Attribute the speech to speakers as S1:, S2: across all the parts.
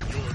S1: You're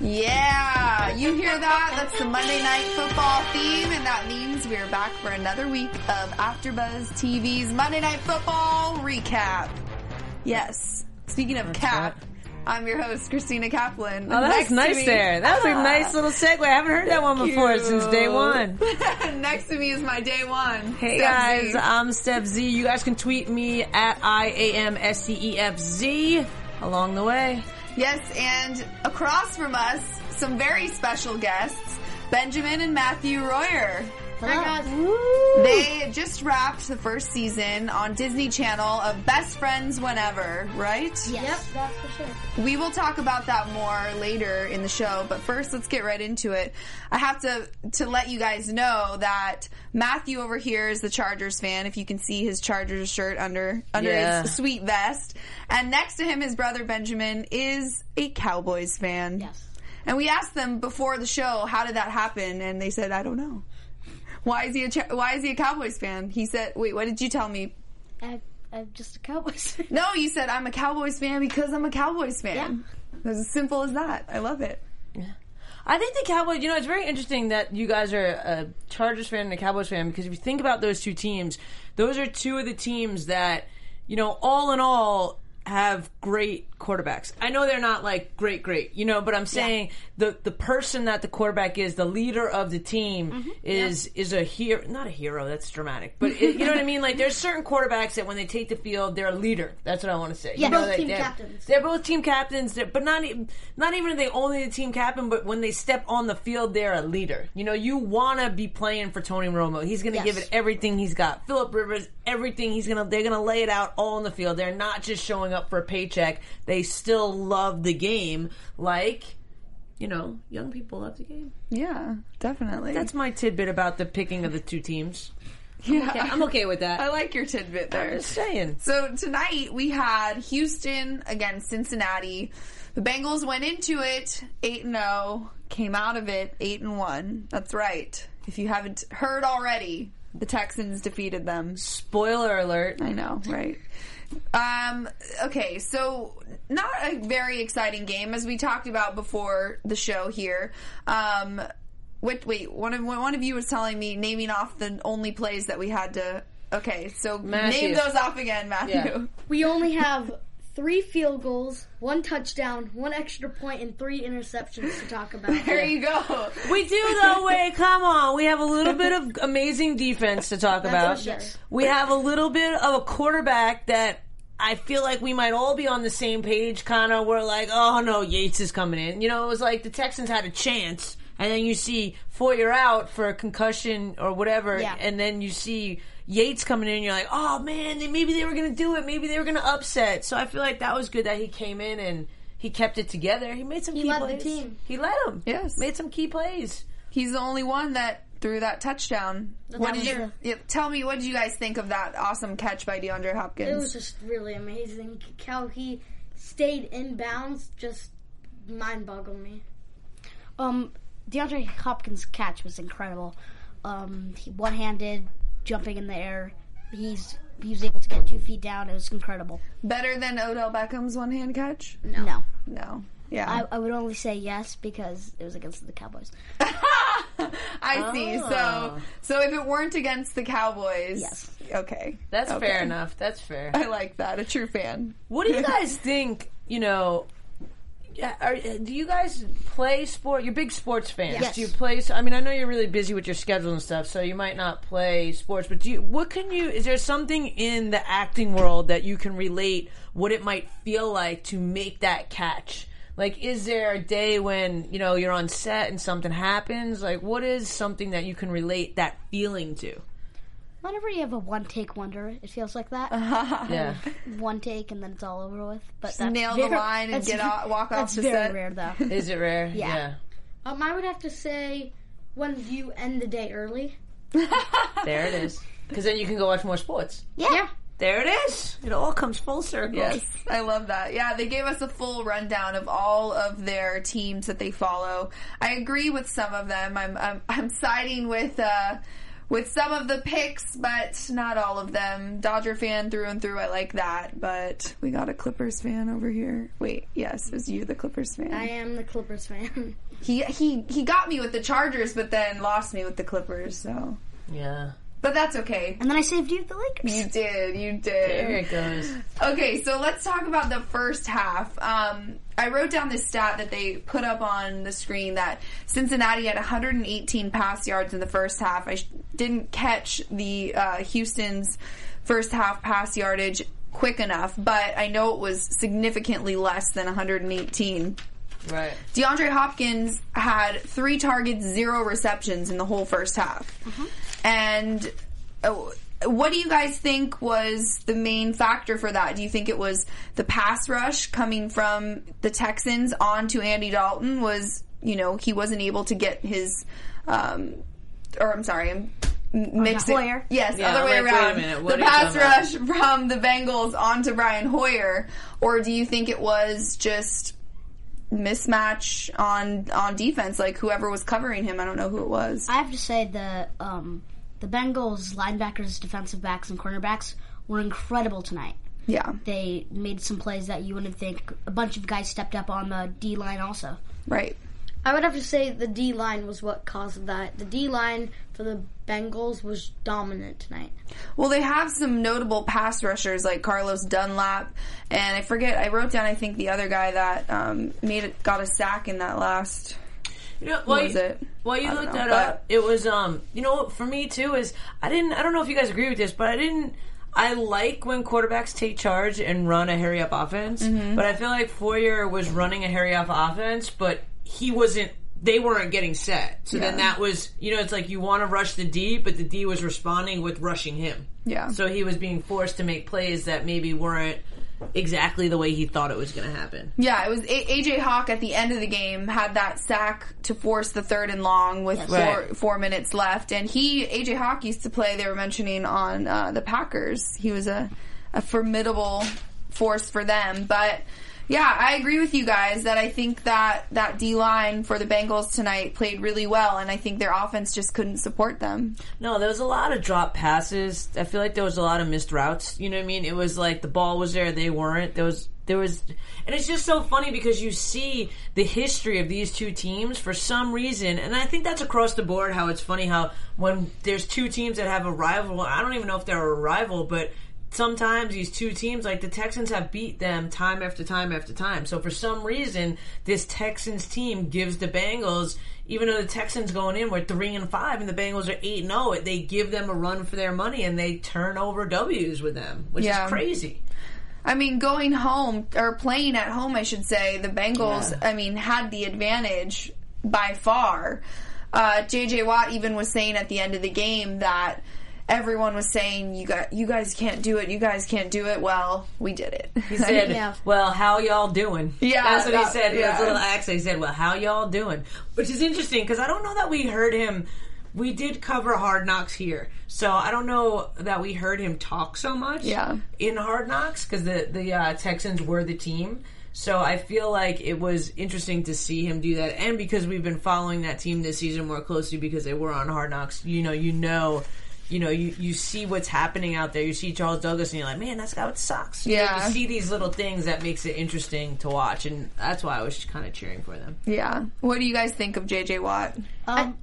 S2: Yeah, you hear that? That's the Monday Night Football theme, and that means we are back for another week of AfterBuzz TV's Monday Night Football recap. Yes. Speaking of cap, I'm your host Christina Kaplan.
S3: Oh, that was nice there. That was
S2: Ah,
S3: a nice little segue. I haven't heard that one before since day one.
S2: Next to me is my day one.
S3: Hey
S2: Steph
S3: guys,
S2: Z.
S3: I'm Steph Z. You guys can tweet me at I A M S C E F Z along the way.
S2: Yes, and across from us, some very special guests, Benjamin and Matthew Royer. They just wrapped the first season on Disney Channel of Best Friends Whenever, right?
S4: Yes. Yep, that's for sure.
S2: We will talk about that more later in the show, but first let's get right into it. I have to to let you guys know that Matthew over here is the Chargers fan. If you can see his Chargers shirt under under
S3: Yeah.
S2: his sweet vest, and next to him, his brother Benjamin is a Cowboys fan.
S4: Yes.
S2: And we asked them before the show, how did that happen? And they said, I don't know. Why is he a Ch- Why is he a Cowboys fan? He said, Wait, what did you tell me?
S4: I, I'm just a Cowboys fan.
S2: No, you said I'm a Cowboys fan because I'm a Cowboys fan. It's as simple as that. I love it.
S3: I think the Cowboys, you know, it's very interesting that you guys are a Chargers fan and a Cowboys fan because if you think about those two teams, those are two of the teams that, you know, all in all have great quarterbacks. I know they're not like great great, you know, but I'm saying the the person that the quarterback is, the leader of the team
S4: Mm-hmm.
S3: is is a hero, not a hero, that's dramatic. But it, you know what I mean? Like there's certain quarterbacks that when they take the field, they're a leader. That's what I want to say.
S4: Yes.
S3: You know,
S4: Both
S3: like,
S4: team
S3: they're-
S4: captains.
S3: they're both team captains, they're- but not even, not even are they only the team captain. But when they step on the field, they're a leader. You know, you want to be playing for Tony Romo. He's going to
S4: Yes.
S3: give it everything he's got. Philip Rivers, everything he's going to. They're going to lay it out all on the field. They're not just showing up for a paycheck. They still love the game, like you know, young people love the game.
S2: Yeah, definitely.
S3: That's my tidbit about the picking of the two teams.
S2: yeah.
S3: Yeah, I'm okay with
S2: I
S3: that.
S2: like your tidbit
S3: I'm
S2: there.
S3: just saying.
S2: So tonight we had Houston against Cincinnati. The Bengals went into it 8 and 0, came out of it 8 and 1. That's right. If you haven't heard already, the Texans defeated them.
S3: Spoiler alert.
S2: I know, right? Um, okay, so not a very exciting game as we talked about before the show here. Um, wait, wait one of one of you was telling me naming off the only plays that we had to. Okay, so name
S3: Matthew.
S2: those off again, Matthew.
S4: We only have three field goals, one touchdown, one extra point, and three interceptions to talk about.
S2: There you go.
S3: We do though. Wait, come on. We have a little bit of amazing defense to talk about.
S4: for sure.
S3: We have a little bit of a quarterback that I feel like we might all be on the same page. Kind of, we're like, oh no, Yates is coming in. You know, it was like the Texans had a chance, and then you see Foyer out for a concussion or whatever,
S4: Yeah.
S3: and then you see. Yates coming in, and you're like, oh man, they- maybe they were gonna do it, maybe they were gonna upset. So I feel like that was good that he came in and he kept it together. He made some key
S4: led the
S3: plays.
S4: team.
S3: He led him.
S2: Yes.
S3: made some key plays.
S2: He's the only one that threw that touchdown. what did you
S4: touchdown.
S2: yeah, tell me? What did you guys think of that awesome catch by DeAndre Hopkins?
S4: It was just really amazing how he stayed in bounds. Just mind boggled me. Um, DeAndre Hopkins' catch was incredible. Um, he one-handed, jumping in the air. He's he was able to get two feet down. It was incredible.
S2: Better than Odell Beckham's one hand catch?
S4: No.
S2: No. Yeah.
S4: I, I would only say yes because it was against the Cowboys.
S2: I see. So, so if it weren't against the Cowboys,
S4: Yes.
S2: Okay,
S3: That's
S2: Okay.
S3: fair enough. That's fair.
S2: I like that. A true fan.
S3: What do you guys think? You know, are, do you guys play sport? You're big sports fans.
S4: Yes.
S3: Do you play? I mean, I know you're really busy with your schedule and stuff, so you might not play sports. But do you? What can you? Is there something in the acting world that you can relate? What it might feel like to make that catch? Like, is there a day when you know you're on set and something happens? Like, what is something that you can relate that feeling to?
S4: Whenever you have a one take wonder, it feels like that.
S5: Uh-huh.
S2: Um,
S3: Yeah.
S4: One take and then it's all over with. But
S2: Just nail the line and
S4: that's-
S2: get off, walk off
S4: That's
S2: the
S4: very
S2: set.
S4: rare, though.
S3: Is it rare?
S4: Yeah.
S5: Um, I would have to say when you end the day early.
S3: yeah. There it is. Because then you can go watch more sports.
S4: yeah.
S3: There it is. It all comes full circle.
S2: Yes, I love that. Yeah, they gave us a full rundown of all of their teams that they follow. I agree with some of them. I'm I'm, I'm siding with uh, with some of the picks, but not all of them. Dodger fan through and through. I like that, but we got a Clippers fan over here. Wait, yes, is you the Clippers fan?
S5: I am the Clippers fan.
S2: he he he got me with the Chargers, but then lost me with the Clippers. So,
S3: Yeah.
S2: but that's okay.
S4: And then I saved you the Lakers.
S2: You did, you did.
S3: There it goes.
S2: Okay, so let's talk about the first half. Um, I wrote down this stat that they put up on the screen that Cincinnati had 118 pass yards in the first half. I sh- didn't catch the uh, Houston's first half pass yardage quick enough, but I know it was significantly less than 118.
S3: Right.
S2: DeAndre Hopkins had three targets, zero receptions in the whole first half. And oh, what do you guys think was the main factor for that? Do you think it was the pass rush coming from the Texans onto Andy Dalton? Was you know he wasn't able to get his, um, or I'm sorry, I'm m- mixing.
S4: Hoyer.
S2: Yes,
S3: Yeah,
S2: other way
S3: I'm like, wait a
S2: around.
S3: minute, what
S2: the
S3: are you
S2: pass
S3: talking about?
S2: rush from the Bengals onto Brian Hoyer, or do you think it was just mismatch on on defense. Like whoever was covering him, I don't know who it was.
S4: I have to say the um, the Bengals linebackers, defensive backs, and cornerbacks were incredible tonight.
S2: Yeah,
S4: They made some plays that you wouldn't think. A bunch of guys stepped up on the D line also.
S2: right.
S5: I would have to say the D line was what caused that. The D line for the Bengals was dominant tonight.
S2: Well, they have some notable pass rushers like Carlos Dunlap, and I forget. I wrote down. I think the other guy that um, made it got a sack in that last.
S3: You know, while
S2: was
S3: you,
S2: it?
S3: While you
S2: I don't
S3: looked
S2: know,
S3: that
S2: but-
S3: up, it was um. You know, what, for me too is I didn't. I don't know if you guys agree with this, but I didn't. I like when quarterbacks take charge and run a hurry up offense,
S2: Mm-hmm.
S3: but I feel like Foyer was running a hurry up offense, but he wasn't. They weren't getting set, so then that was you know it's like you want to rush the D, but the D was responding with rushing him.
S2: Yeah.
S3: So he was being forced to make plays that maybe weren't exactly the way he thought it was going to happen.
S2: Yeah, it was a- AJ Hawk at the end of the game had that sack to force the third and long with four,
S3: Right.
S2: four minutes left, and he AJ Hawk used to play. They were mentioning on uh, the Packers. He was a a formidable force for them, but. Yeah, I agree with you guys that I think that that D line for the Bengals tonight played really well, and I think their offense just couldn't support them.
S3: No, there was a lot of drop passes. I feel like there was a lot of missed routes. You know what I mean? It was like the ball was there, they weren't. There was there was and it's just so funny because you see the history of these two teams for some reason and I think that's across the board how it's funny how when there's two teams that have a rival I don't even know if they're a rival, but sometimes these two teams, like the Texans, have beat them time after time after time. So for some reason, this Texans team gives the Bengals, even though the Texans going in were three and five and the Bengals are eight and zero, they give them a run for their money and they turn over W's with them, which
S2: Yeah.
S3: is crazy.
S2: I mean, going home or playing at home, I should say, the Bengals. I mean, had the advantage by far. Uh, J.J. Watt even was saying at the end of the game that everyone was saying, "You got, you guys can't do it. You guys can't do it." Well, we did it.
S3: He said,
S5: Yeah.
S3: "Well, how y'all doing?"
S2: Yeah,
S3: that's what
S2: that-
S3: he said. Yeah.
S2: yeah.
S3: His little accent. He said, "Well, how y'all doing?" Which is interesting because I don't know that we heard him. We did cover Hard Knocks here, so I don't know that we heard him talk so much.
S2: Yeah.
S3: in Hard Knocks because the the uh, Texans were the team. So I feel like it was interesting to see him do that, and because we've been following that team this season more closely because they were on Hard Knocks. You know, you know. You know, you, you see what's happening out there. You see Charles Douglas, and you're like, man, that's how it sucks. You know,
S2: Yeah.
S3: you see these little things that makes it interesting to watch, and that's why I was kind of cheering for them.
S2: "Yeah." What do you guys think of J.J. Watt?
S4: Um,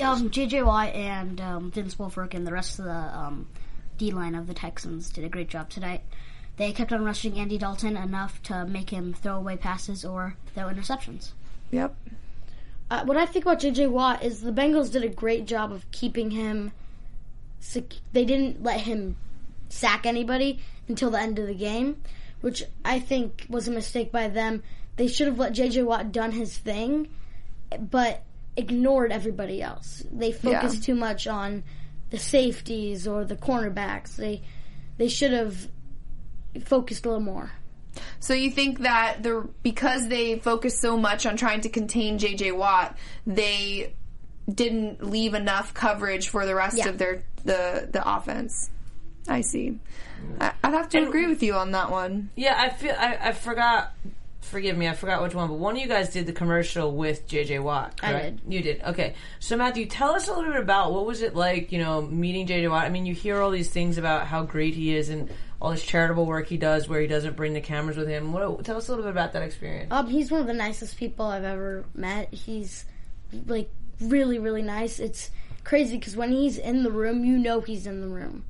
S4: um, J.J. Watt and um, Vince Wilfork and the rest of the um, D line of the Texans did a great job tonight. they kept on rushing Andy Dalton enough to make him throw away passes or throw interceptions.
S2: Yep.
S5: Uh, what I think about JJ Watt is the Bengals did a great job of keeping him. Sec- they didn't let him sack anybody until the end of the game, which I think was a mistake by them. They should have let JJ Watt done his thing, but ignored everybody else. They focused too much on the safeties or the cornerbacks. They they should have focused a little more.
S2: So you think that the because they focused so much on trying to contain JJ Watt, they didn't leave enough coverage for the rest
S5: Yeah.
S2: of their the the offense. I see. I, I'd have to agree with you on that one.
S3: Yeah, I feel I, I forgot. Forgive me, I forgot which one, but one of you guys did the commercial with JJ Watt.
S5: I
S3: correct? You did. Okay. So Matthew, tell us a little bit about what was it like, you know, meeting JJ Watt. I mean, you hear all these things about how great he is and all this charitable work he does, where he doesn't bring the cameras with him. What, tell us a little bit about that experience.
S5: Um, he's one of the nicest people I've ever met. He's like really, really nice. It's crazy because when he's in the room, you know he's in the room.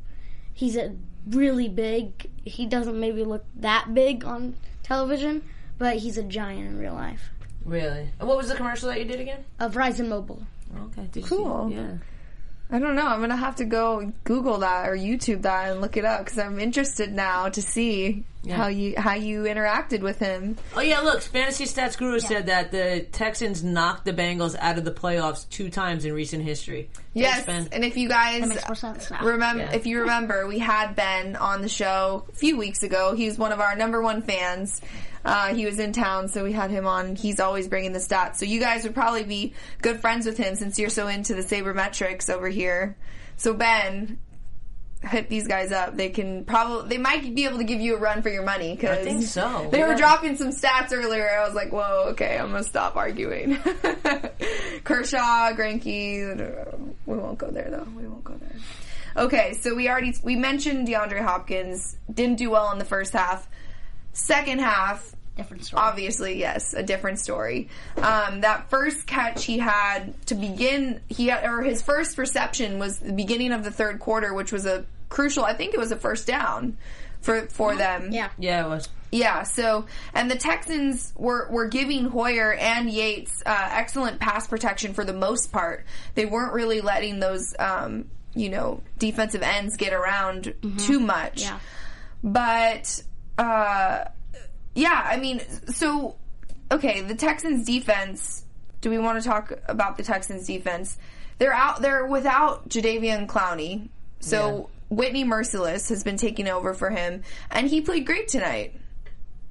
S5: He's a really big. He doesn't maybe look that big on television, but he's a giant in real life.
S3: Really? And what was the commercial that you did again?
S5: Uh, Verizon Mobile.
S3: Okay. Did you see-
S2: Cool.
S3: yeah.
S2: I don't know. I'm gonna have to go Google that or YouTube that and look it up because I'm interested now to see how you how you interacted with him.
S3: Oh yeah, look, Fantasy Stats Guru said that the Texans knocked the Bengals out of the playoffs two times in recent history.
S2: Yes,
S3: Ben.
S2: and if you guys
S4: Makes more sense now.
S2: Remember,
S3: Yeah.
S2: if you remember, we had Ben on the show a few weeks ago. He was one of our number one fans. Uh, he was in town, so we had him on. He's always bringing the stats, so you guys would probably be good friends with him since you're so into the sabermetrics over here. So Ben, hit these guys up. They can probably they might be able to give you a run for your money because
S3: I think so.
S2: They were
S3: Yeah.
S2: dropping some stats earlier. I was like, whoa, okay, I'm gonna stop arguing. Kershaw, Granke, we won't go there though. We won't go there. Okay, so we already we mentioned DeAndre Hopkins didn't do well in the first half. Second half,
S4: Different story.
S2: obviously, yes, a different story. Um, that first catch he had to begin, he had, or his first reception was the beginning of the third quarter, which was a crucial. I think it was a first down for for them.
S5: Yeah.
S3: Yeah, it was.
S2: Yeah, so and the Texans were were giving Hoyer and Yates uh, excellent pass protection for the most part. They weren't really letting those um, you know defensive ends get around too much.
S4: Yeah.
S2: But uh, yeah, I mean, so okay, the Texans defense. Do we want to talk about the Texans defense? They're out. They're without Jadavian Clowney, so Whitney Merciless has been taking over for him, and he played great tonight.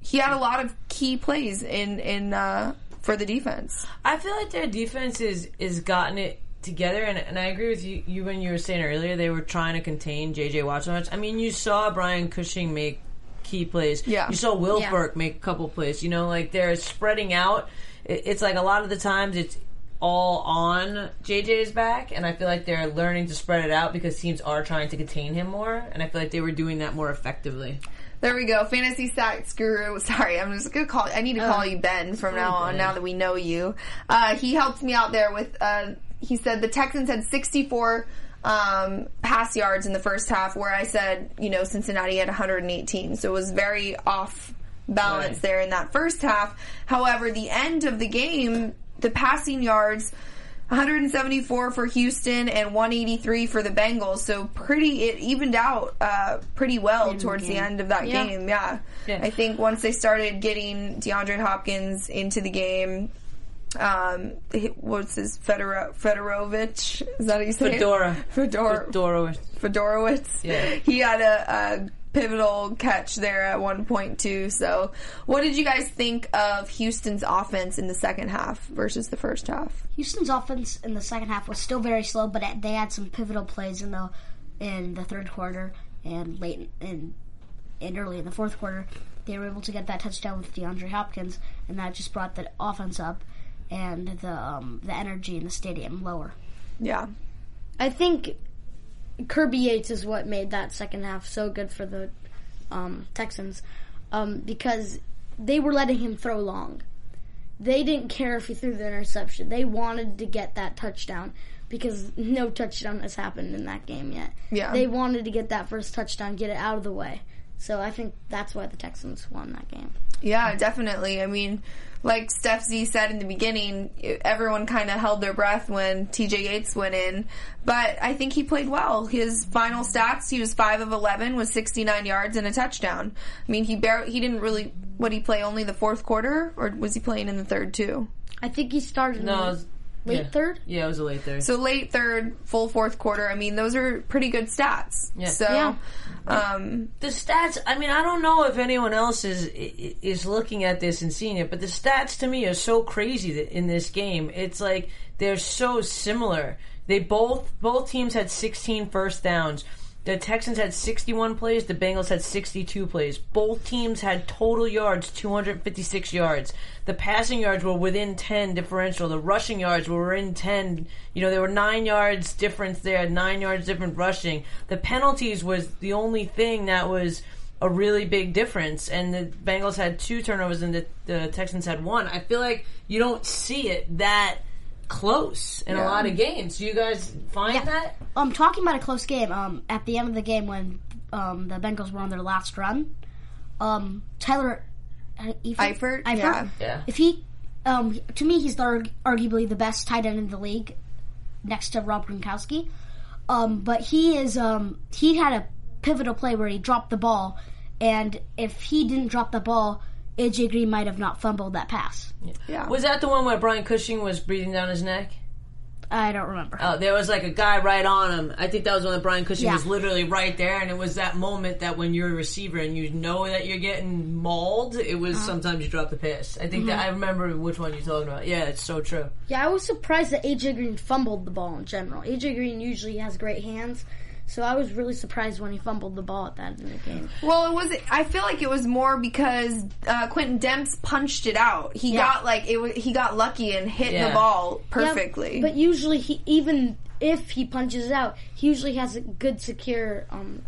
S2: He had a lot of key plays in in uh, for the defense.
S3: I feel like their defense is is gotten it together, and, and I agree with you, you when you were saying earlier they were trying to contain JJ Watt so much. I mean, you saw Brian Cushing make key plays.
S2: Yeah.
S3: you saw Will
S5: Yeah.
S3: Ferk make a couple plays. You know, like they're spreading out. It, it's like a lot of the times it's all on JJ's back, and I feel like they're learning to spread it out because teams are trying to contain him more, and I feel like they were doing that more effectively.
S2: There we go, fantasy stats guru. Sorry, I'm just gonna call. I need to call you Ben from now on. Now that we know you, uh, he helped me out there with. Uh, he said the Texans had 64 um, pass yards in the first half, where I said you know Cincinnati had 118, so it was very off balance
S3: Right.
S2: there in that first half. However, the end of the game, the passing yards. 174 for Houston and 183 for the Bengals. So pretty, it evened out uh, pretty well towards the end of that game. Yeah.
S3: Yeah.
S2: I think once they started getting DeAndre Hopkins into the game, um, he- what's his Fedor- Fedorovich? Is that how you say
S3: Fedora.
S2: it? Fedora.
S3: Dora,
S2: Fedorowicz.
S3: Yeah.
S2: He had a, a pivotal catch there at one point too. So, what did you guys think of Houston's offense in the second half versus the first half?
S4: Houston's offense in the second half was still very slow, but they had some pivotal plays in the in the third quarter and late in and early in the fourth quarter. They were able to get that touchdown with DeAndre Hopkins, and that just brought the offense up and the um, the energy in the stadium lower.
S2: Yeah.
S5: I think Kirby Yates is what made that second half so good for the um, Texans um, because they were letting him throw long. They didn't care if he threw the interception. They wanted to get that touchdown because no touchdown has happened in that game yet.
S2: Yeah.
S5: They wanted to get that first touchdown, get it out of the way. So I think that's why the Texans won that game.
S2: Yeah, definitely. I mean, like Steph Z said in the beginning, everyone kind of held their breath when TJ Yates went in, but I think he played well. His final stats, he was 5 of 11 with 69 yards and a touchdown. I mean, he bar- he didn't really what he play only the fourth quarter or was he playing in the third too?
S5: I think he started in
S3: No, it
S5: the
S3: was-
S5: late
S3: yeah.
S5: third.
S3: Yeah, it was a late third.
S2: So late third, full fourth quarter. I mean, those are pretty good stats.
S3: Yeah.
S2: So
S5: Yeah.
S2: um
S3: the stats i mean i don't know if anyone else is i- is looking at this and seeing it but the stats to me are so crazy that in this game it's like they're so similar they both both teams had 16 first downs the texans had 61 plays the bengals had 62 plays both teams had total yards 256 yards the passing yards were within 10 differential the rushing yards were in 10 you know there were 9 yards difference there 9 yards different rushing the penalties was the only thing that was a really big difference and the Bengals had two turnovers and the, the Texans had one I feel like you don't see it that close in a lot of games Do you guys find that
S4: Um, talking about a close game. Um, at the end of the game when um the Bengals were on their last run, um Tyler uh, Eifert,
S2: Eifert?
S4: Eifert?
S2: Yeah.
S3: yeah
S4: If he, um, to me, he's the, arg- arguably the best tight end in the league, next to Rob Gronkowski. Um, but he is, um, he had a pivotal play where he dropped the ball, and if he didn't drop the ball, AJ Green might have not fumbled that pass.
S2: yeah.
S3: was that the one where Brian Cushing was breathing down his neck
S4: I don't remember.
S3: Oh, there was like a guy right on him. I think that was when the Brian Cushing
S4: Yeah.
S3: was literally right there, and it was that moment that when you're a receiver and you know that you're getting mauled, it was sometimes you drop the pass. I think that I remember which one you're talking about. Yeah, it's so true.
S5: Yeah, I was surprised that AJ Green fumbled the ball in general. AJ Green usually has great hands, so I was really surprised when he fumbled the ball at that end of the game.
S2: Well, it was. I feel like it was more because uh, Quentin Demps punched it out. He got like it. Was, he got lucky and hit the
S3: Yeah.
S2: ball
S5: Yeah,
S2: perfectly.
S5: but usually, he even if he punches it out, he usually has a good secure um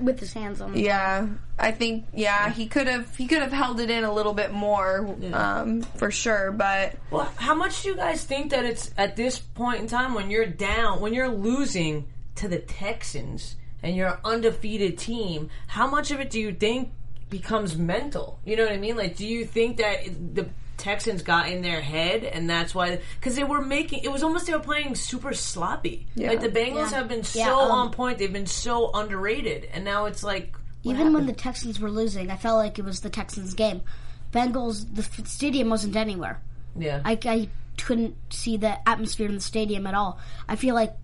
S5: with his hands on.
S2: Yeah, I think yeah he could have he could have held it in a little bit more um, for sure. But
S3: Well, how much do you guys think that it's at this point in time when you're down, when you're losing to the Texans and you're an undefeated team, how much of it do you think becomes mental? You know what I mean? Like, do you think that it- the Texans got in their head and that's why? Because they were making it was almost they were playing super sloppy.
S2: Yeah.
S3: Like the Bengals have been so
S4: Yeah, um,
S3: on point, they've been so underrated, and now it's like what
S4: Even when the Texans were losing, I felt like it was the Texans' game. Bengals, the f- stadium wasn't anywhere.
S3: happened? yeah.
S4: I, I couldn't see the atmosphere in the stadium at all. I feel like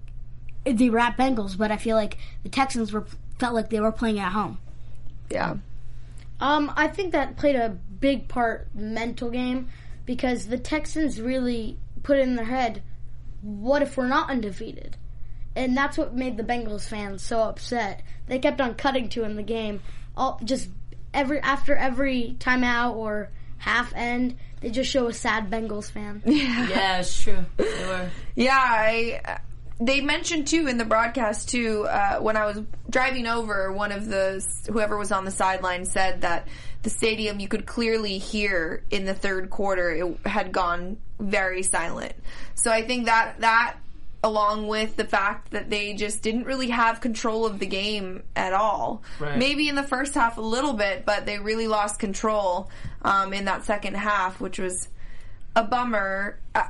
S4: they were at Bengals, but I feel like the Texans were felt like they were playing at home.
S2: yeah,
S5: Um, I think that played a big part mental game because the Texans really put in their head, what if we're not undefeated? And that's what made the Bengals fans so upset. They kept on cutting to in the game, all just every after every timeout or half end, they just show a sad Bengals fan.
S3: yeah, it's true. They were.
S2: yeah. I they mentioned too in the broadcast too uh, when I was driving over, one of the whoever was on the sideline said that the stadium you could clearly hear in the third quarter it had gone very silent. So I think that that along with the fact that they just didn't really have control of the game at all.
S3: Right.
S2: Maybe in the first half a little bit, but they really lost control um, in that second half, which was a bummer. I,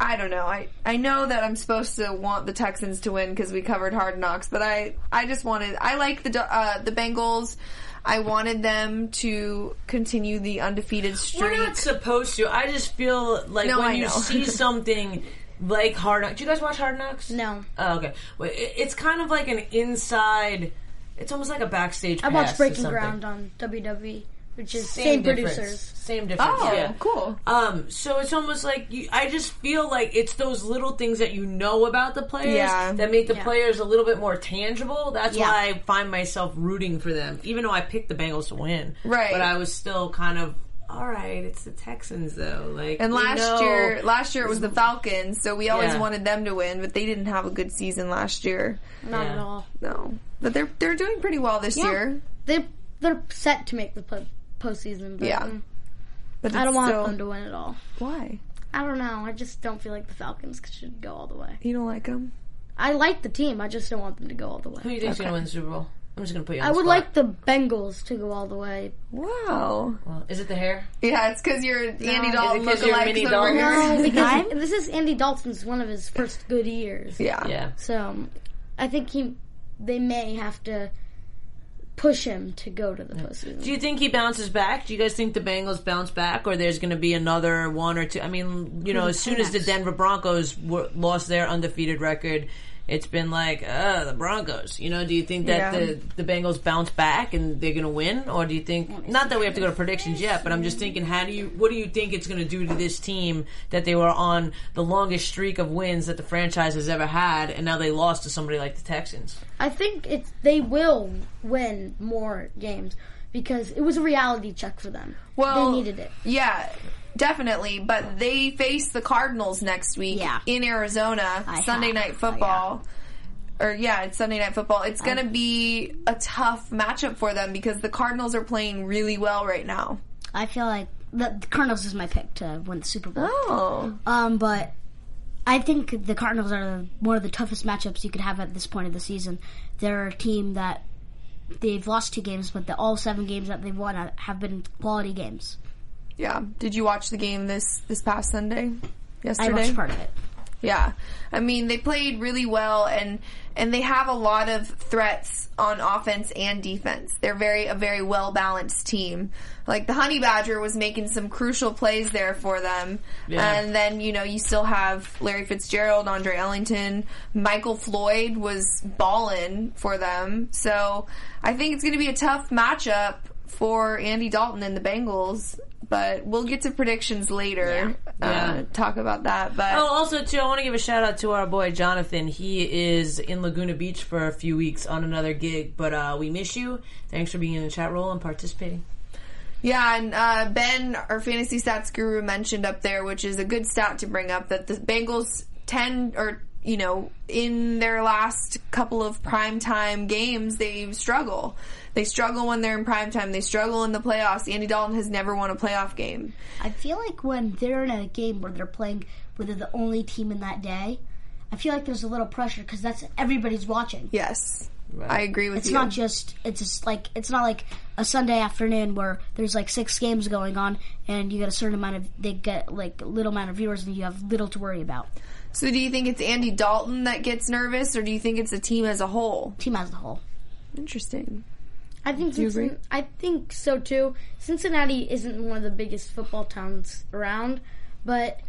S2: I I don't know. I I know that I'm supposed to want the Texans to win because we covered Hard Knocks, but I I just wanted I like the uh, the Bengals. I wanted them to continue the undefeated streak.
S3: We're not supposed to. I just feel like
S2: No,
S3: when
S2: I
S3: you
S2: know.
S3: see something like Hard Knocks. Do you guys watch Hard Knocks?
S5: No.
S3: Oh, okay. Well, it- It's kind of like an inside. It's almost like a backstage.
S5: I
S3: pass
S5: watched
S3: to
S5: Breaking
S3: something.
S5: Ground on WWE, which is
S3: Same,
S5: same,
S3: difference.
S5: producers.
S3: Same difference.
S2: Oh,
S3: yeah.
S2: cool.
S3: Um, so it's almost like you, I just feel like it's those little things that you know about the players
S2: Yeah.
S3: that make the players a little bit more tangible. That's why I find myself rooting for them, even though I picked the Bengals to win.
S2: Right.
S3: but I was still kind of all right. It's the Texans though. Like
S2: And
S3: we
S2: last
S3: know-
S2: year, last year it was the Falcons, so we always
S3: Yeah.
S2: wanted them to win, but they didn't have a good season last year.
S5: Not
S3: Yeah.
S5: at all.
S2: No, but they're they're doing pretty well this year.
S5: They they're set to make the po- postseason. But
S2: Yeah.
S5: mm,
S2: But
S5: I don't
S2: it's
S5: want
S2: still,
S5: them to win at all.
S2: Why
S5: I don't know. I just don't feel like the Falcons should go all the way.
S2: you don't like them?
S5: I like the team. I just don't want them to go all the
S3: who
S5: way.
S3: do you think's gonna win the Super Bowl? I'm just gonna put you. On
S5: I
S3: the
S5: would
S3: spot.
S5: like the Bengals to go all the way.
S2: Wow.
S3: Well, is it the hair?
S2: Yeah, it's because you're Andy Dalton
S3: 'cause you're
S2: lookalikes
S3: Minnie
S2: over
S3: Dalton?
S2: here.
S5: No, because this is Andy Dalton's one of his first good years.
S2: Yeah.
S3: Yeah.
S5: So I think he, they may have to push him to go to the postseason.
S3: Do you think he bounces back? Do you guys think the Bengals bounce back, or there's going to be another one or two? I mean, you know, as soon as the Denver Broncos were, lost their undefeated record, it's been like, uh, the Broncos. You know, do you think that
S2: Yeah.
S3: the the Bengals bounce back and they're going to win, or do you think? Not that we have to go to predictions yet, but I'm just thinking, how do you? What do you think it's going to do to this team that they were on the longest streak of wins that the franchise has ever had, and now they lost to somebody like the Texans?
S5: I think it's they will win more games because it was a reality check for them.
S2: Well,
S5: they needed it.
S2: Yeah, definitely. But they face the Cardinals next week
S4: Yeah.
S2: in Arizona, Sunday
S4: have.
S2: night football. Or yeah, it's Sunday night football. It's going to be a tough matchup for them because the Cardinals are playing really well right now.
S4: I feel like the, the Cardinals is my pick to win the Super Bowl.
S2: Oh.
S4: Um, but I think the Cardinals are one of the toughest matchups you could have at this point of the season. They're a team that they've lost two games, but the all seven games that they've won have been quality games.
S2: Yeah. Did you watch the game this this past Sunday?
S4: I
S2: Yesterday?
S4: watched part of it.
S2: Yeah. I mean, they played really well and and they have a lot of threats on offense and defense. They're very a very well balanced team. Like the Honey Badger was making some crucial plays there for them.
S3: Yeah.
S2: And then, you know, you still have Larry Fitzgerald, Andre Ellington, Michael Floyd was ballin' for them. So, I think it's going to be a tough matchup for Andy Dalton and the Bengals. But we'll get to predictions later.
S3: Yeah.
S2: Uh, talk about that. But
S3: Oh, also too, I want to give a shout out to our boy Jonathan. He is in Laguna Beach for a few weeks on another gig, but uh, we miss you. Thanks for being in the chat role and participating.
S2: Yeah, and uh, Ben, our fantasy stats guru, mentioned up there, which is a good stat to bring up, that the Bengals ten or you know in their last couple of primetime games they struggle. They struggle when they're in primetime. They struggle in the playoffs. Andy Dalton has never won a playoff game.
S4: I feel like when they're in a game where they're playing, where they're the only team in that day, I feel like there's a little pressure because that's everybody's watching.
S2: Yes, I agree with
S4: It's
S2: you.
S4: not just it's just like it's not like a Sunday afternoon where there's like six games going on and you get a certain amount of they get like a little amount of viewers and you have little to worry about.
S2: so, do you think it's Andy Dalton that gets nervous, or do you think it's the team as a whole?
S4: Team as a whole.
S2: Interesting.
S5: I think
S2: you
S5: Cincin-
S2: agree?
S5: I think so too. Cincinnati isn't one of the biggest football towns around, but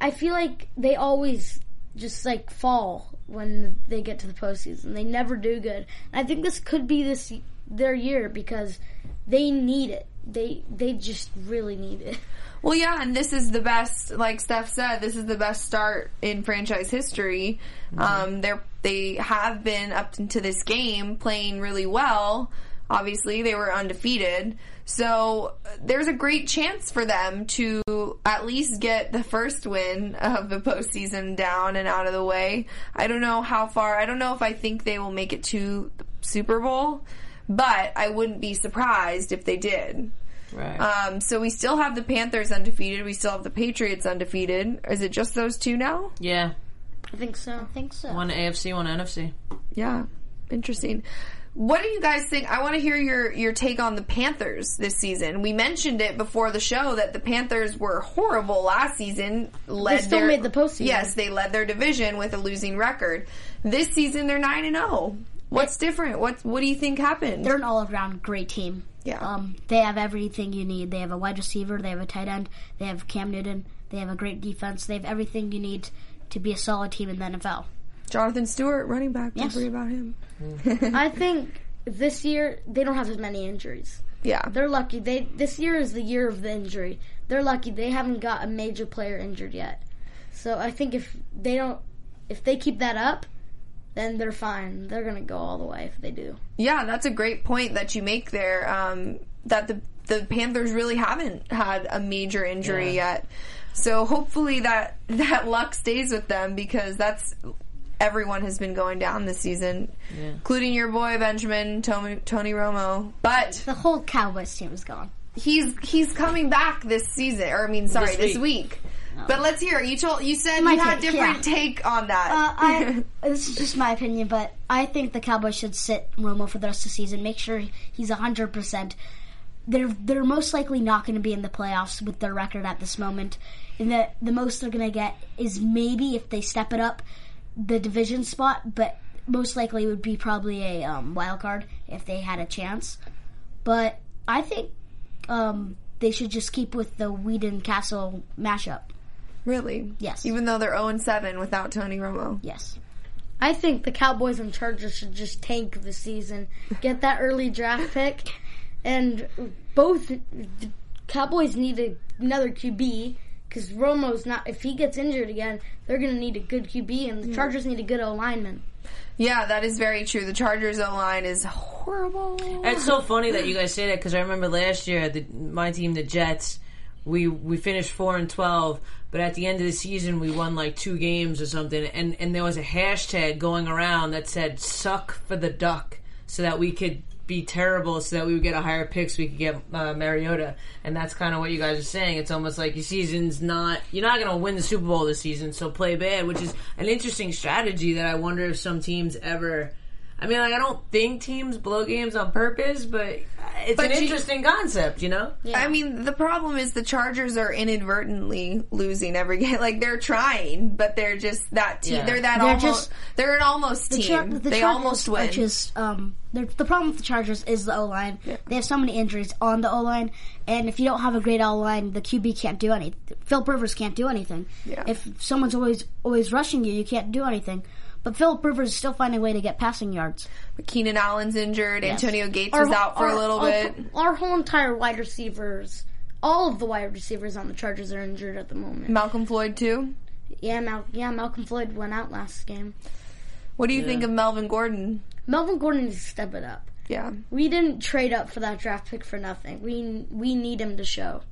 S5: I feel like they always just like fall when they get to the postseason. They never do good. I think this could be this their year because they need it. They they just really need it.
S2: Well, yeah, and this is the best, like Steph said, this is the best start in franchise history. Um, they're, they have been up into this game playing really well. Obviously, they were undefeated. So uh, there's a great chance for them to at least get the first win of the postseason down and out of the way. I don't know how far, I don't know if I think they will make it to the Super Bowl, but I wouldn't be surprised if they did.
S3: Right.
S2: Um, so we still have the Panthers undefeated. We still have the Patriots undefeated. Is it just those two now?
S3: yeah.
S5: I think so.
S4: I think so.
S3: One AFC, one NFC.
S2: Yeah, interesting. What do you guys think? I want to hear your your take on the Panthers this season. We mentioned it before the show that the Panthers were horrible last season. Led
S5: still
S2: their-
S5: made the postseason.
S2: Yes, they led their division with a losing record. This season they're nine and zero. What's different? What what do you think happened?
S4: They're an all around great team.
S2: Yeah.
S4: Um, they have everything you need. They have a wide receiver, they have a tight end, they have Cam Newton, they have a great defense, they have everything you need to be a solid team in the NFL.
S2: Jonathan Stewart, running back. Don't
S4: Yes.
S2: forget about him.
S5: I think this year they don't have as many injuries.
S2: Yeah,
S5: They're lucky. They this year is the year of the injury. They're lucky they haven't got a major player injured yet. So I think if they don't, if they keep that up, then they're fine. They're gonna go all the way if they do.
S2: Yeah, that's a great point that you make there. Um, that the the Panthers really haven't had a major injury yet, so hopefully that that luck stays with them because that's everyone has been going down this season, including your boy Benjamin Tony, Tony Romo. But
S4: The whole Cowboys team is gone.
S2: he's he's coming back this season, or I mean, sorry,
S3: This
S2: this week.
S3: week.
S2: But let's hear. it. You told you said
S4: My
S2: you had
S4: take,
S2: different take on that.
S4: Uh, I, this is just my opinion, but I think the Cowboys should sit Romo for the rest of the season. Make sure he's hundred percent. They're they're most likely not going to be in the playoffs with their record at this moment, and the the most they're going to get is maybe if they step it up, the division spot. But most likely would be probably a um, wild card if they had a chance. But I think um, they should just keep with the Whedon Castle mashup.
S2: really?
S4: Yes.
S2: Even though they're 0 and 7 without Tony Romo.
S4: Yes.
S5: I think the Cowboys and Chargers should just tank the season, get that early draft pick, and both the Cowboys need a, another QB because Romo's not. If he gets injured again, they're gonna need a good QB, and the Chargers need a good alignment.
S2: Yeah, that is very true. The Chargers O line is horrible.
S3: It's so funny that you guys say that because I remember last year, the, my team, the Jets, we we finished four and twelve, but at the end of the season, we won like two games or something, and and there was a hashtag going around that said "suck for the duck," so that we could be terrible, so that we would get a higher pick, so we could get uh, Mariota, and that's kind of what you guys are saying. It's almost like your season's not you're not going to win the Super Bowl this season, so play bad, which is an interesting strategy that I wonder if some teams ever. I mean, like, I don't think teams blow games on purpose, but it's
S2: But
S3: an
S2: you-
S3: interesting concept, you know?
S2: I mean, the problem is the Chargers are inadvertently losing every game. Like they're trying, but they're just that team.
S3: Yeah.
S2: They're that
S4: They're
S2: almost.
S4: just-
S2: they're an almost team.
S4: Char- the
S2: they
S4: Chargers
S2: almost win.
S4: Are just, um, they're- the problem with the Chargers is the O line. They have so many injuries on the O line, and if you don't have a great O line, the QB can't do anything. Philip Rivers can't do anything.
S2: Yeah.
S4: If someone's always always rushing you, you can't do anything. But Philip Rivers is still finding a way to get passing yards.
S2: Keenan Allen's injured. Antonio Gates was out for a little
S5: our-
S2: bit.
S5: Our whole entire wide receivers, all of the wide receivers on the Chargers are injured at the moment.
S2: Malcolm Floyd too.
S5: yeah, Mal- yeah, Malcolm Floyd went out last game.
S2: What do you think of Melvin Gordon?
S5: Melvin Gordon needs to step it up.
S2: Yeah,
S5: We didn't trade up for that draft pick for nothing. We we need him to show.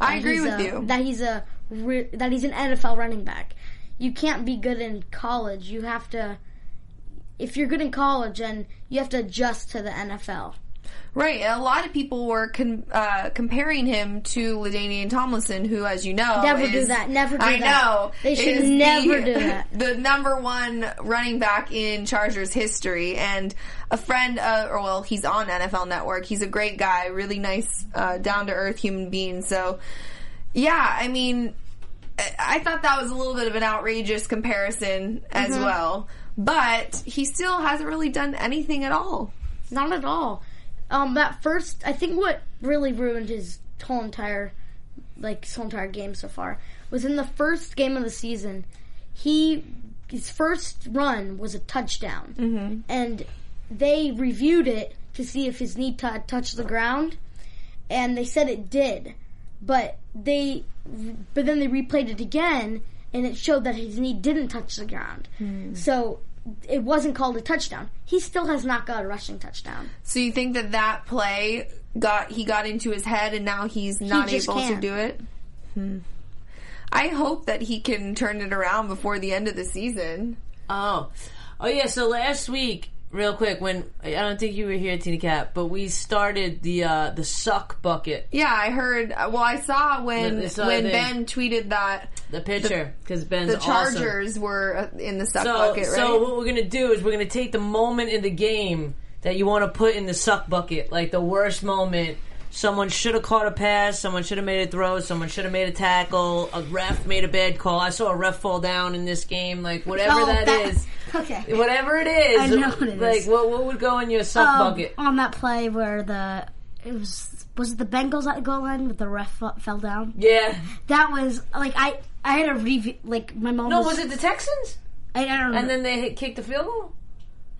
S2: I
S5: that
S2: agree
S5: he's
S2: with
S4: uh,
S5: a-
S2: you.
S5: That he's a re- that he's an NFL running back. You can't be good in college. You have to if you're good in college and you have to adjust to the NFL.
S2: Right. and A lot of people were com- uh, comparing him to Ladainian Tomlinson, who, as you know,
S5: Never do
S2: Oh, is-
S5: that, never do
S2: I
S5: that.
S2: know.
S5: They should
S2: is
S5: never
S2: the,
S5: do that.
S2: The number one running back in Chargers history, and a friend, uh, or well, he's on NFL Network. He's a great guy, really nice, uh, down to earth human being. So, yeah, I mean, I- I thought that was a little bit of an outrageous comparison as
S5: Mm-hmm.
S2: well. But he still hasn't really done anything at all.
S5: Not at all. Um, that first, I think what really ruined his whole entire, like his whole entire game so far was in the first game of the season. He his first run was a touchdown, mm-hmm. and they reviewed it to see if his knee t- touched the ground, and they said it did, but they but then they replayed it again, and it showed that his knee didn't touch the ground. So it wasn't called a touchdown. He still has not got a rushing touchdown.
S2: So you think that that play got he got into his head and now he's not
S5: just
S2: able to
S5: can't.
S2: do it? Hmm. I hope that he can turn it around before the end of the season.
S3: Oh, oh yeah. So last week, real quick, when I don't think you were here, Tina Cat, but we started the uh the suck bucket,
S2: Yeah, I heard. Well, I saw when
S3: They saw
S2: when
S3: they-
S2: Ben tweeted that
S3: the pitcher, because Ben's
S2: the
S3: awesome.
S2: Chargers were uh, in the suck
S3: So,
S2: bucket, right?
S3: so what we're gonna do is we're gonna take the moment in the game that you want to put in the suck bucket, like the worst moment. Someone should have caught a pass. Someone should have made a throw. Someone should have made a tackle. A ref made a bad call. I saw a ref fall down in this game. Like whatever
S4: Oh,
S3: that
S4: that-
S3: is,
S4: Okay.
S3: whatever it is,
S4: I know what it
S3: like
S4: is.
S3: what what would go in your suck
S4: Um,
S3: bucket?
S4: on that play where the it was was it the Bengals at the goal line with the ref fu- fell down?
S3: Yeah.
S4: That was like I I had a review like my mom.
S3: No, was it the Texans?
S4: I, I don't know.
S3: And then they hit, kicked the field goal.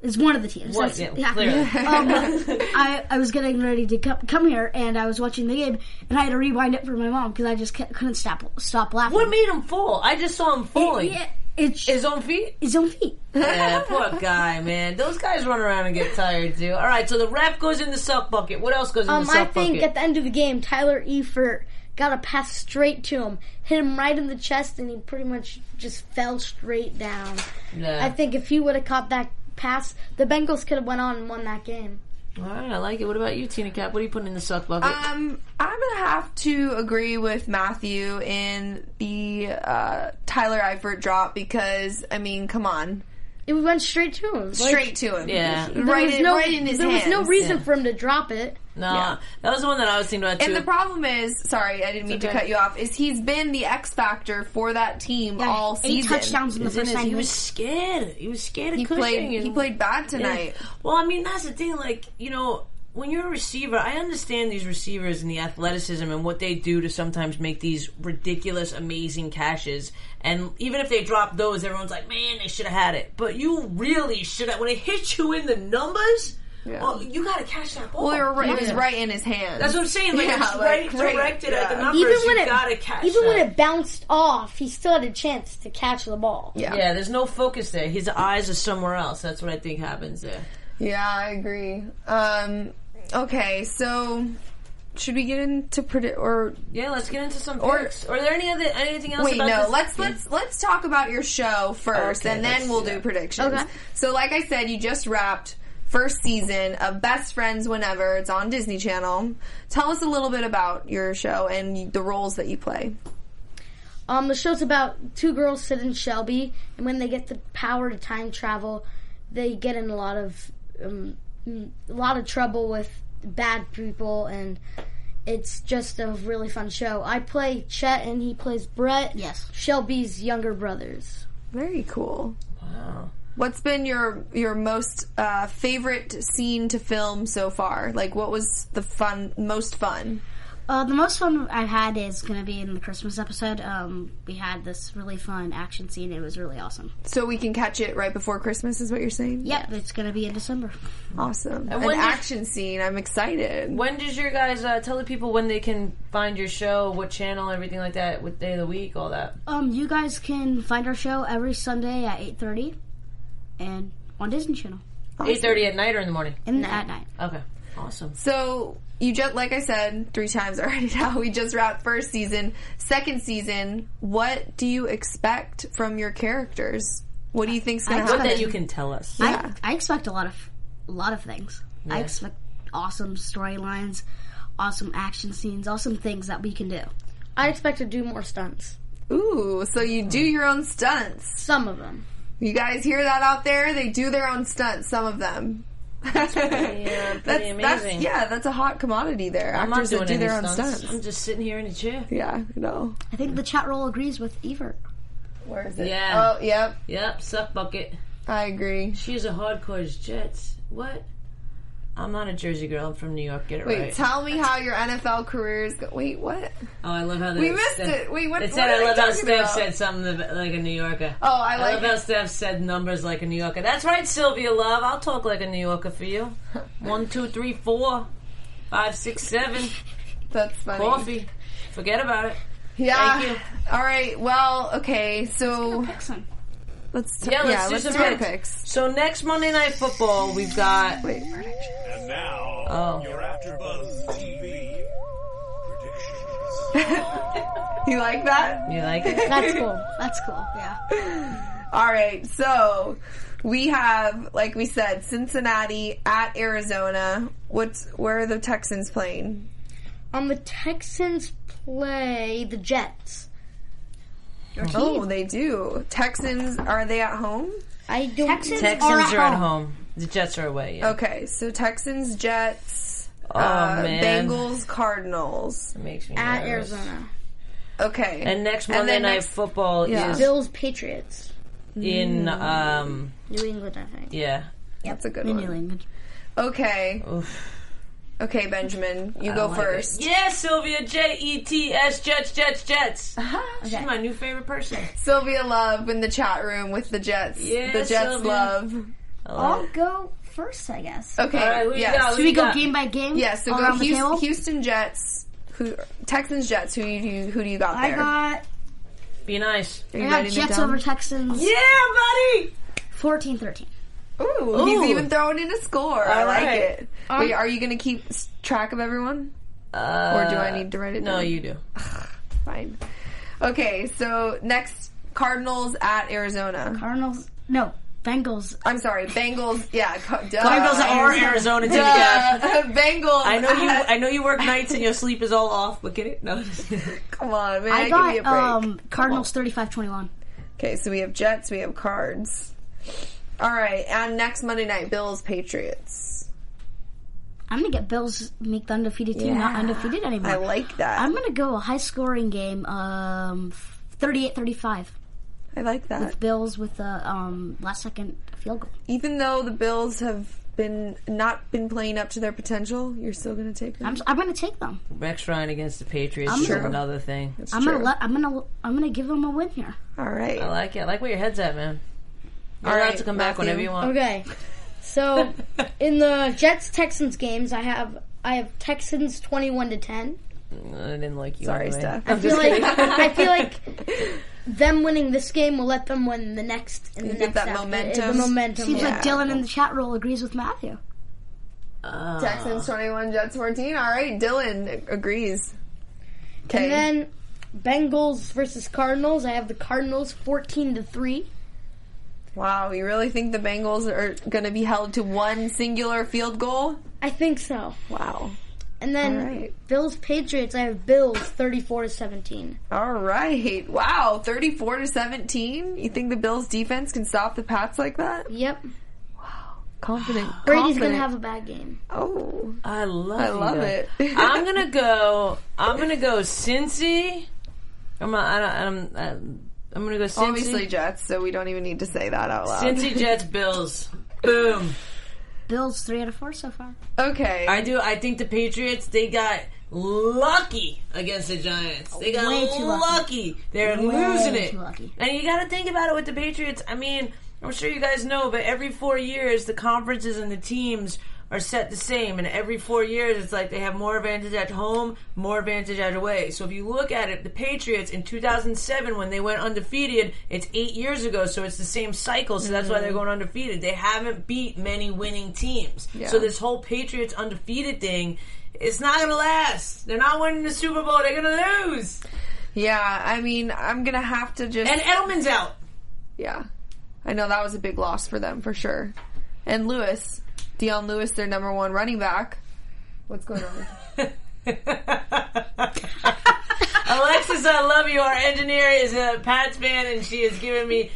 S4: It's one of the teams.
S3: What?
S4: That's-
S3: Yeah,
S4: yeah.
S3: clearly.
S4: Um, I, I was getting ready to come, come here, and I was watching the game, and I had to rewind it for my mom because I just c- couldn't stop stop laughing.
S3: What made him fall? I just saw him falling.
S4: Yeah, it's
S3: His own feet.
S4: his own feet.
S3: Yeah, poor guy, man. Those guys run around and get tired too. All right, so the ref goes in the suck bucket. What else goes in
S5: Um,
S3: the
S5: I
S3: suck
S5: think
S3: bucket?
S5: at the end of the game, Tyler Eifert got a pass straight to him, hit him right in the chest, and he pretty much just fell straight down.
S3: Yeah.
S5: I think if he would have caught that pass, the Bengals could have went on and won that game.
S3: All right, I like it. What about you, Tina Cap? What are you putting in the suck bucket?
S2: Um, I'm gonna have to agree with Matthew in the uh, Tyler Eifert drop because I mean, come on,
S5: It went straight to him. Like,
S2: straight to him,
S3: Yeah. There
S2: right,
S5: There was
S2: in,
S5: no,
S2: right in his
S5: there was no
S2: hands.
S5: reason for him to drop it.
S3: no,
S2: yeah.
S3: that was the one that I was thinking about too.
S2: And the problem is, sorry, I didn't mean
S3: okay.
S2: to cut you off. Is he's been the X factor for that team all
S4: Eight
S2: season?
S4: touchdowns in the
S3: The thing
S4: first
S3: is,
S4: nine
S3: he was
S4: minutes.
S3: scared. He was scared of
S2: He
S3: Cushing.
S2: played.
S3: and-
S2: He played bad tonight.
S3: Yeah. Well, I mean, that's the thing. Like, you know, when you're a receiver, I understand these receivers and the athleticism and what they do to sometimes make these ridiculous, amazing catches. And even if they drop those, everyone's like, man, they should have had it. But you really should have. When it hits you in the numbers, well, you got to catch that ball.
S2: Well, they were right- it was right in his hands.
S3: that's what I'm saying. Like,
S2: Yeah,
S3: it's
S2: like,
S3: right, directed at the
S2: yeah.
S3: numbers.
S5: Even when
S3: you
S5: it
S3: got to catch
S5: even when
S3: that.
S5: it bounced off, he still had a chance to catch the ball.
S2: Yeah.
S3: yeah, there's no focus there. His eyes are somewhere else. That's what I think happens there.
S2: Yeah, I agree. Um, okay, so should we get into predict or
S3: Yeah, let's get into some
S2: Or-
S3: picks. Or, are there any other anything else?
S2: wait?
S3: about
S2: No,
S3: this?
S2: let's let's let's talk about your show first,
S3: Okay,
S2: and
S3: let's
S2: then we'll
S3: do
S2: do
S3: that.
S2: predictions.
S5: Okay.
S2: So, like I said, you just wrapped first season of Best Friends Whenever. It's on Disney Channel. Tell us a little bit about your show and the roles that you play.
S5: Um, the show's about two girls, Sid and Shelby, and when they get the power to time travel, they get in a lot of um, mm, a lot of trouble with bad people, and it's just a really fun show. I play Chet, and he plays Brett.
S4: Yes.
S5: Shelby's younger brothers.
S2: Very cool.
S3: Wow.
S2: What's been your your most uh, favorite scene to film so far? Like, what was the fun most fun?
S4: Uh, the most fun I've had is going to be in the Christmas episode. Um, we had this really fun action scene. It was really awesome.
S2: So we can catch it right before Christmas, is what you're saying?
S4: Yep, it's going to be in December.
S2: Awesome. An
S3: when did-
S2: action scene. I'm excited.
S3: When does your guys uh, tell the people when they can find your show, what channel, everything like that, what day of the week, all that?
S2: Oh,
S4: Um, you guys can find our show every Sunday at 8.30 and on Disney Channel
S3: Eight thirty at night or in the morning?
S4: and at night.
S3: Okay, awesome.
S2: So you just like I said three times already now, we just wrapped first season. Second season, what do you expect from your characters? What do you think's gonna
S3: What
S2: happen?
S3: that you can tell us?
S2: Yeah.
S4: I, I expect a lot of a lot of things. I expect awesome storylines, awesome action scenes, awesome things that we can do.
S5: I expect to do more stunts.
S2: Ooh, so you do your own stunts.
S5: Some of them.
S2: You guys hear that out there? They do their own stunts, some of them. That's that's-
S3: amazing.
S2: yeah, that's a hot commodity there.
S3: I'm not
S2: Actors
S3: doing
S2: that do
S3: any
S2: their own
S3: stunts.
S2: stunts.
S3: I'm just sitting here in a chair.
S2: Yeah, no.
S4: I think the chat roll agrees with Evert.
S2: Where is it?
S3: Yeah.
S2: Oh, yep.
S3: Yep, suck bucket.
S2: I agree.
S3: She's a hardcore as Jets. What? I'm not a Jersey girl. I'm from New York. Get it
S2: Wait,
S3: right.
S2: tell me how your NFL career is going. Wait, what?
S3: oh, I love how they
S2: We missed
S3: said-
S2: it. Wait, what?
S3: It
S2: what
S3: said
S2: are
S3: I
S2: we
S3: love how
S2: talking
S3: Steph
S2: about?
S3: said something that- like a New Yorker.
S2: Oh, I
S3: I love
S2: like
S3: how
S2: it.
S3: Steph said numbers like a New Yorker. That's right, Sylvia Love. I'll talk like a New Yorker for you. One, two, three, four, five, six, seven.
S2: That's funny.
S3: Coffee. Forget about it.
S2: Yeah.
S3: Thank you.
S2: All right. Well, okay. So
S4: Excellent.
S2: let's t-
S3: Yeah, let's do some
S2: our
S3: picks.
S2: picks.
S3: So next Monday Night Football, we've got.
S2: Wait, prediction.
S1: And now,
S3: Oh.
S1: your AfterBuzz TV predictions.
S2: you like that?
S3: You like it?
S4: That's cool. That's cool. Yeah.
S2: All right. So we have, like we said, Cincinnati at Arizona. What's where are the Texans playing?
S5: Um, the Texans play the Jets.
S2: Oh, they do. Texans are they at home?
S5: I don't.
S4: Texans
S3: Texans are at,
S4: are at home.
S3: home. The Jets are away. Yeah.
S2: Okay. So Texans, Jets,
S3: Oh
S2: uh,
S3: man,
S2: Bengals, Cardinals.
S3: It makes me
S5: At
S3: nervous.
S5: Arizona,
S2: Okay.
S3: And next
S2: And
S3: Monday
S2: then
S3: Night
S2: next-
S3: Football
S2: Yeah. Mm.
S3: is
S5: Bills, Patriots,
S3: in. Um,
S5: New England. I think.
S3: yeah.
S2: That's a good
S4: In New
S2: one.
S4: England.
S2: Okay.
S3: Oof.
S2: Okay, Benjamin, you
S3: I
S2: go
S3: like it.
S2: first.
S3: Yeah, Sylvia J E T S Jets Jets Jets. She's my new favorite person.
S2: Sylvia Love in the chat room with the Jets.
S3: Yeah,
S2: the Jets
S3: Sylvia.
S2: love. Oh.
S3: I love
S4: I'll
S3: it.
S4: go first, I guess.
S2: Okay.
S3: All right, who you got?
S2: yes.
S3: Who
S4: Do we
S3: you
S4: go
S3: got?
S4: game by game?
S2: Oh, Yeah, so
S4: All
S2: go
S4: around the table?
S2: Houston, Houston Jets. Who Texans Jets, who do you who do you got
S4: I
S2: there?
S4: got,
S3: Be nice.
S2: Are
S4: I
S2: you
S4: got
S2: writing it
S4: Jets
S2: down?
S4: over Texans
S3: Yeah, buddy.
S4: 14-13.
S2: Ooh, he's
S3: Ooh.
S2: even throwing in a score. I
S3: All
S2: like
S3: right.
S2: it. Wait, are you gonna keep s- track of everyone? Or do I need to write it
S3: Uh, No,
S2: down?
S3: you do.
S2: fine. Okay, so next Cardinals at Arizona.
S4: Cardinals, no, Bengals.
S2: I'm sorry, Bengals. Yeah, co- duh.
S3: Bengals are Arizona to the death.
S2: Duh. Bengals.
S3: I know you. I know you work nights and your sleep is all off. But get it? No.
S2: Come on, man.
S4: I
S2: give me a
S4: got
S2: break.
S4: um, Cardinals 35-21.
S2: Okay, so we have Jets, we have Cards. All right, and next Monday night, Bills, Patriots.
S4: I'm gonna get Bills make the undefeated team not
S2: Yeah.
S4: undefeated anymore.
S2: I like that.
S4: I'm gonna go a high scoring game, um, 38-35.
S2: I like that.
S4: Bills with a um, last second field goal.
S2: Even though the Bills have been not been playing up to their potential, you're still going to take them.
S4: I'm, s- I'm gonna take them.
S3: Rex Ryan against the Patriots is
S2: Sure.
S3: another thing.
S2: It's
S4: I'm
S2: true.
S4: gonna let, I'm gonna I'm gonna give them a win here.
S2: All right.
S3: I like it. I like where your head's at, man. You're
S2: All
S3: allowed
S2: right,
S3: to come back
S2: Matthew.
S3: whenever you want.
S5: Okay. So in the Jets Texans games, I have I have Texans 21 to 10.
S3: I didn't like you.
S2: Sorry,
S3: anyway.
S2: Steph.
S5: I feel like I feel like them winning this game will let them win the next and the
S2: You
S5: next
S2: get that
S5: after. The
S2: momentum.
S5: momentum.
S4: Seems
S5: yeah.
S4: like Dylan in the chat roll agrees with Matthew.
S3: Uh,
S2: Texans 21, Jets 14. All right, Dylan ag- agrees. Okay.
S5: And then Bengals versus Cardinals. I have the Cardinals 14 to 3.
S2: wow, you really think the Bengals are going to be held to one singular field goal?
S5: I think so.
S2: Wow.
S5: And then
S2: All right.
S5: Bills Patriots. I have Bills 34 to 17.
S2: All right. Wow, 34 to 17. You think the Bills defense can stop the Pats like that?
S5: Yep.
S2: Confident.
S5: Brady's
S2: confident.
S5: going to have a bad game.
S2: Oh.
S3: I love.
S2: I
S3: you
S2: love
S3: guys.
S2: it.
S3: I'm gonna go. I'm gonna go Cincy. I'm. Not, I don't, I'm. I'm, I'm gonna go Cincy.
S2: Obviously Jets, so we don't even need to say that out loud.
S3: Cincy Jets Bills. Boom.
S4: Bills three out of four so far.
S2: Okay.
S3: I do. I think the Patriots. They got lucky against the Giants. They got
S4: Way too
S3: lucky.
S4: lucky.
S3: They're
S4: Way
S3: losing it.
S4: too lucky.
S3: And you got to think about it with the Patriots. I mean, I'm sure you guys know, but every four years, the conferences and the teams are set the same. And every four years, it's like they have more advantage at home, more advantage at away. So if you look at it, the Patriots in 2007, when they went undefeated, it's eight years ago. So it's the same cycle. So that's why they're going undefeated. They haven't beat many winning teams. So this whole Patriots undefeated thing. It's not gonna last. They're not winning the Super Bowl. They're gonna lose.
S2: yeah, I mean, I'm going to have to just
S3: And Edelman's out.
S2: Yeah. I know that was a big loss for them for sure. And Lewis, Deion Lewis, their number one running back. What's going on?
S3: Alexis, I love you. Our engineer is a Pats fan, and she is giving me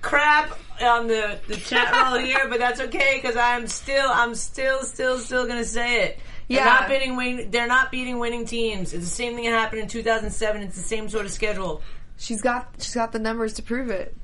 S3: crap on the, the chat roll here, but that's okay because I'm still, I'm still, still, still gonna say it. They're
S2: Yeah.
S3: not beating win- They're not beating winning teams. It's the same thing that happened in 2007. It's the same sort of schedule.
S2: she's got she's got the numbers to prove it.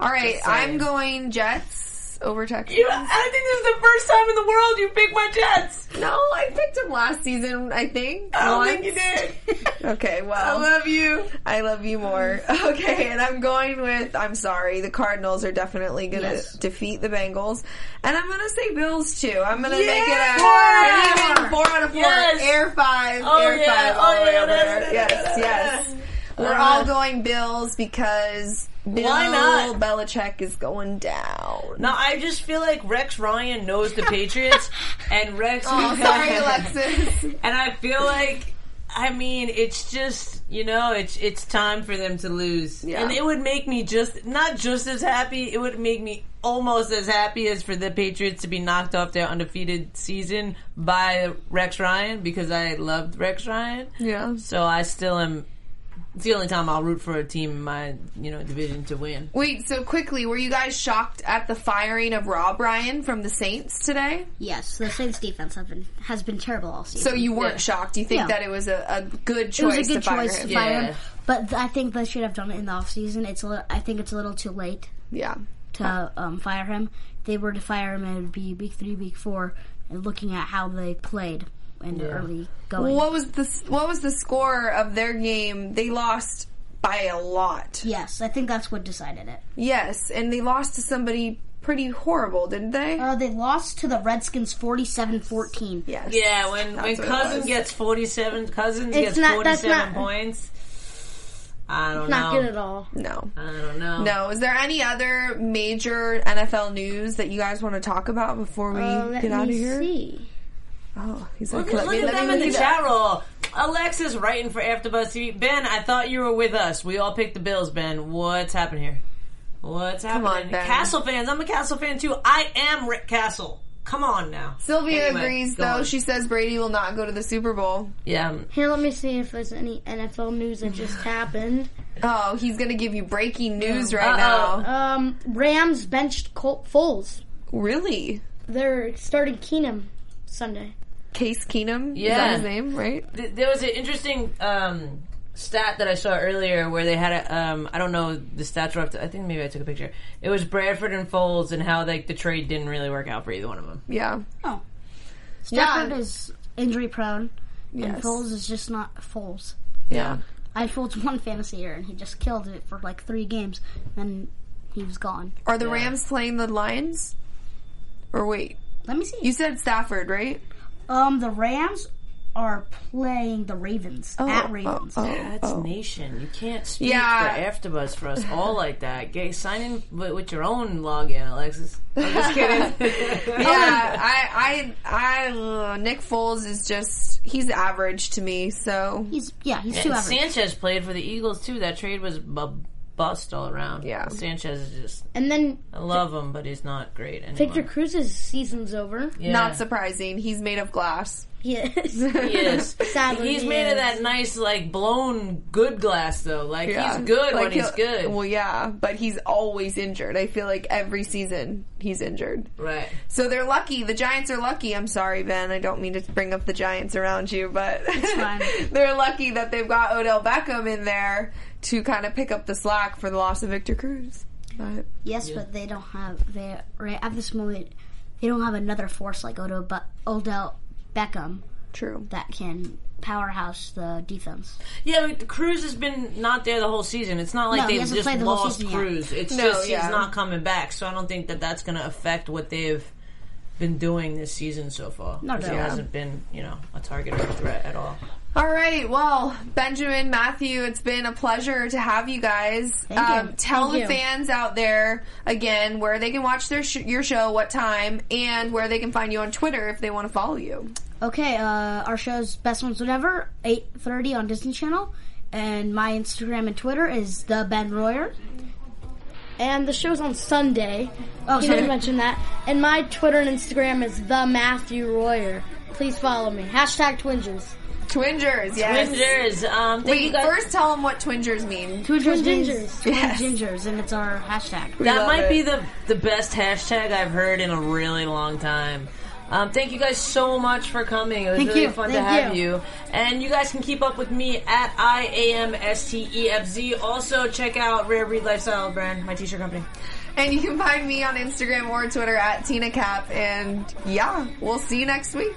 S2: All right,
S3: Just saying.
S2: I'm going Jets over Texans.
S3: You, I think this is the first time in the world you picked my Jets.
S2: No, I picked him last season. I think.
S3: I don't
S2: Once.
S3: think you did.
S2: Okay, well,
S3: I love you.
S2: I love you more. Okay, and I'm going with. I'm sorry, the Cardinals are definitely going to defeat the Bengals, and I'm going to say Bills too. I'm going to make it a
S3: Yeah!
S2: I'm gonna make it four out of four.
S3: Yes!
S2: Air five.
S3: Oh,
S2: air
S3: yeah.
S2: five.
S3: Oh,
S2: all the way
S3: yeah,
S2: over
S3: that's-
S2: there. Yes,
S3: that's- that's-
S2: yes. We're
S3: Uh,
S2: all going Bills because Bill
S3: Why not?
S2: Belichick is going down.
S3: No, I just feel like Rex Ryan knows the Patriots, and Rex.
S2: Oh, sorry, Alexis.
S3: And I feel like, I mean, it's just you know, it's it's time for them to lose,
S2: Yeah.
S3: and it would make me just not just as happy. It would make me almost as happy as for the Patriots to be knocked off their undefeated season by Rex Ryan because I loved Rex Ryan.
S2: yeah.
S3: So I still am. It's the only time I'll root for a team in my you know division to win.
S2: Wait, so quickly, were you guys shocked at the firing of Rob Ryan from the Saints today?
S4: Yes, the Saints defense have been has been terrible all season.
S2: So you weren't shocked. You think
S4: Yeah.
S2: that it was a, a good choice
S4: it was a good
S2: to fire
S4: choice
S2: him?
S4: to fire
S3: Yeah.
S4: him, but th- I think they should have done it in the off season. It's a little, I think it's a little too late
S2: Yeah.
S4: to um, fire him. If they were to fire him, it would be week three, week four, and looking at how they played in the early going.
S2: What was the s- What was the score of their game? They lost by a lot.
S4: Yes, I think that's what decided it.
S2: Yes, and they lost to somebody pretty horrible, didn't they?
S4: Uh, they lost to the Redskins 47-14.
S2: yes.
S3: Yeah,
S2: That's
S3: when when
S2: what it
S3: Cousins
S2: was.
S3: gets forty seven, Cousins
S5: It's
S3: gets
S5: not-
S3: forty
S5: that's
S3: seven
S5: not-
S3: points. I don't
S5: Not
S3: know.
S5: good at all.
S2: No.
S3: I don't know.
S2: No. Is there any other major NFL news that you guys want to talk about before we
S5: Uh, let
S2: get out of
S5: me
S2: here?
S5: see.
S2: Oh, he's
S3: Look,
S2: like,
S3: at-
S2: let
S3: look
S2: me,
S3: at
S2: let
S3: them
S2: me
S3: in the
S2: look it
S3: chat
S2: up.
S3: roll. Alexis writing for AfterBuzz TV. Ben, I thought you were with us. We all picked the Bills. Ben, what's happened here? What's
S2: Come
S3: happening?
S2: on, Ben.
S3: Castle fans. I'm a Castle fan too. I am Rick Castle. Come on now.
S2: Sylvia
S3: Anyway,
S2: agrees,
S3: go
S2: though.
S3: on.
S2: She says Brady will not go to the Super Bowl.
S3: Yeah. um,
S5: Here, let me see if there's any NFL news that just happened.
S2: Oh, he's going to give you breaking news right
S3: Uh-oh.
S2: now.
S5: Um, Rams benched Colt Foles.
S2: Really?
S5: They're starting Keenum Sunday.
S2: Case Keenum? Is
S3: Yeah.
S2: that his name, right?
S3: Th- there was an interesting um, stat that I saw earlier where they had a um, I don't know the stats were up to, I think maybe I took a picture. It was Bradford and Foles and how like the trade didn't really work out for either one of them.
S2: Yeah.
S3: Oh.
S5: Stafford is injury prone, and
S2: Yes.
S5: Foles is just not Foles.
S2: Yeah.
S4: I fooled one fantasy year, and he just killed it for like three games, and he was gone.
S2: Are the Rams playing the Lions? Or wait,
S4: Let me see.
S2: you said Stafford, right?
S4: Um, the Rams are playing the Ravens at
S2: oh,
S4: Ravens.
S2: oh.
S3: That's nation. You can't speak
S2: Yeah.
S3: for AfterBuzz for us all like that. Gay, sign in with, with your own login, Alexis. I'm just kidding. Oh.
S2: Yeah, I, I, I, ugh, Nick Foles is just, he's average to me, so,
S4: He's yeah, he's too
S3: And
S4: average.
S3: Sanchez played for the Eagles too. That trade was a bust all around.
S2: Yeah.
S3: Sanchez is just.
S5: And then
S3: I love him, but he's not great anymore.
S5: Victor Cruz's season's over.
S3: Yeah.
S2: not surprising. He's made of glass.
S5: He is.
S3: He is.
S5: Sadly,
S3: he's
S5: he
S3: made of
S5: is.
S3: that nice, like blown good glass though. Like
S2: Yeah.
S3: he's
S2: Like,
S3: good when he's
S2: he'll-
S3: good.
S2: Well, yeah, but he's always injured. I feel like every season he's injured.
S3: right.
S2: So they're lucky. The Giants are lucky. I'm sorry, Ben. I don't mean to bring up the Giants around you, but
S4: fine.
S2: they're lucky that they've got Odell Beckham in there to kind of pick up the slack for the loss of Victor Cruz. But
S4: Yes, but they don't have they right at this moment they don't have another force like Odo but Odell Beckham
S2: true.
S4: that can powerhouse the defense.
S3: Yeah, but Cruz has been not there the whole season. It's not like
S4: No, he
S3: they've
S4: hasn't
S3: just
S4: played the whole
S3: lost
S4: season yet.
S3: Cruz. It's
S2: No,
S3: just
S2: yeah.
S3: he's not coming back. So I don't think that that's going to affect what they've been doing this season so far.
S4: No
S3: Because
S4: doubt.
S3: He hasn't been, you know, a target or a threat at all.
S2: All right. Well, Benjamin, Matthew, it's been a pleasure to have you guys. Um,
S4: Thank you.
S2: Tell
S5: Thank
S2: the
S5: you.
S2: fans out there again where they can watch their sh- your show, what time, and where they can find you on Twitter if they want to follow you.
S4: Okay, uh, our show's best ones whatever, eight thirty on Disney Channel. And my Instagram and Twitter is the Ben Royer.
S5: And the show's on Sunday. Oh,
S4: sorry.
S5: didn't mention that. And my Twitter and Instagram is the Matthew Royer. Please follow me. Hashtag Twingers.
S2: Twingers, yes.
S3: Rangers, um, thank you
S2: Wait,
S3: guys.
S2: first tell them what twingers mean.
S4: Twin
S5: Gingers.
S4: Twin
S2: Yes.
S4: Gingers, and it's our hashtag.
S3: That
S2: love
S3: might
S2: it.
S3: be the the best hashtag I've heard in a really long time. Um, thank you guys so much for coming. It was
S5: Thank
S3: really
S5: you.
S3: fun to
S5: Thank
S3: have you.
S5: you.
S3: And you guys can keep up with me at I A M S T E F Z. Also check out Rare Breed Lifestyle brand, my t-shirt company.
S2: And you can find me on Instagram or Twitter at Tina Cap. And yeah, we'll see you next week.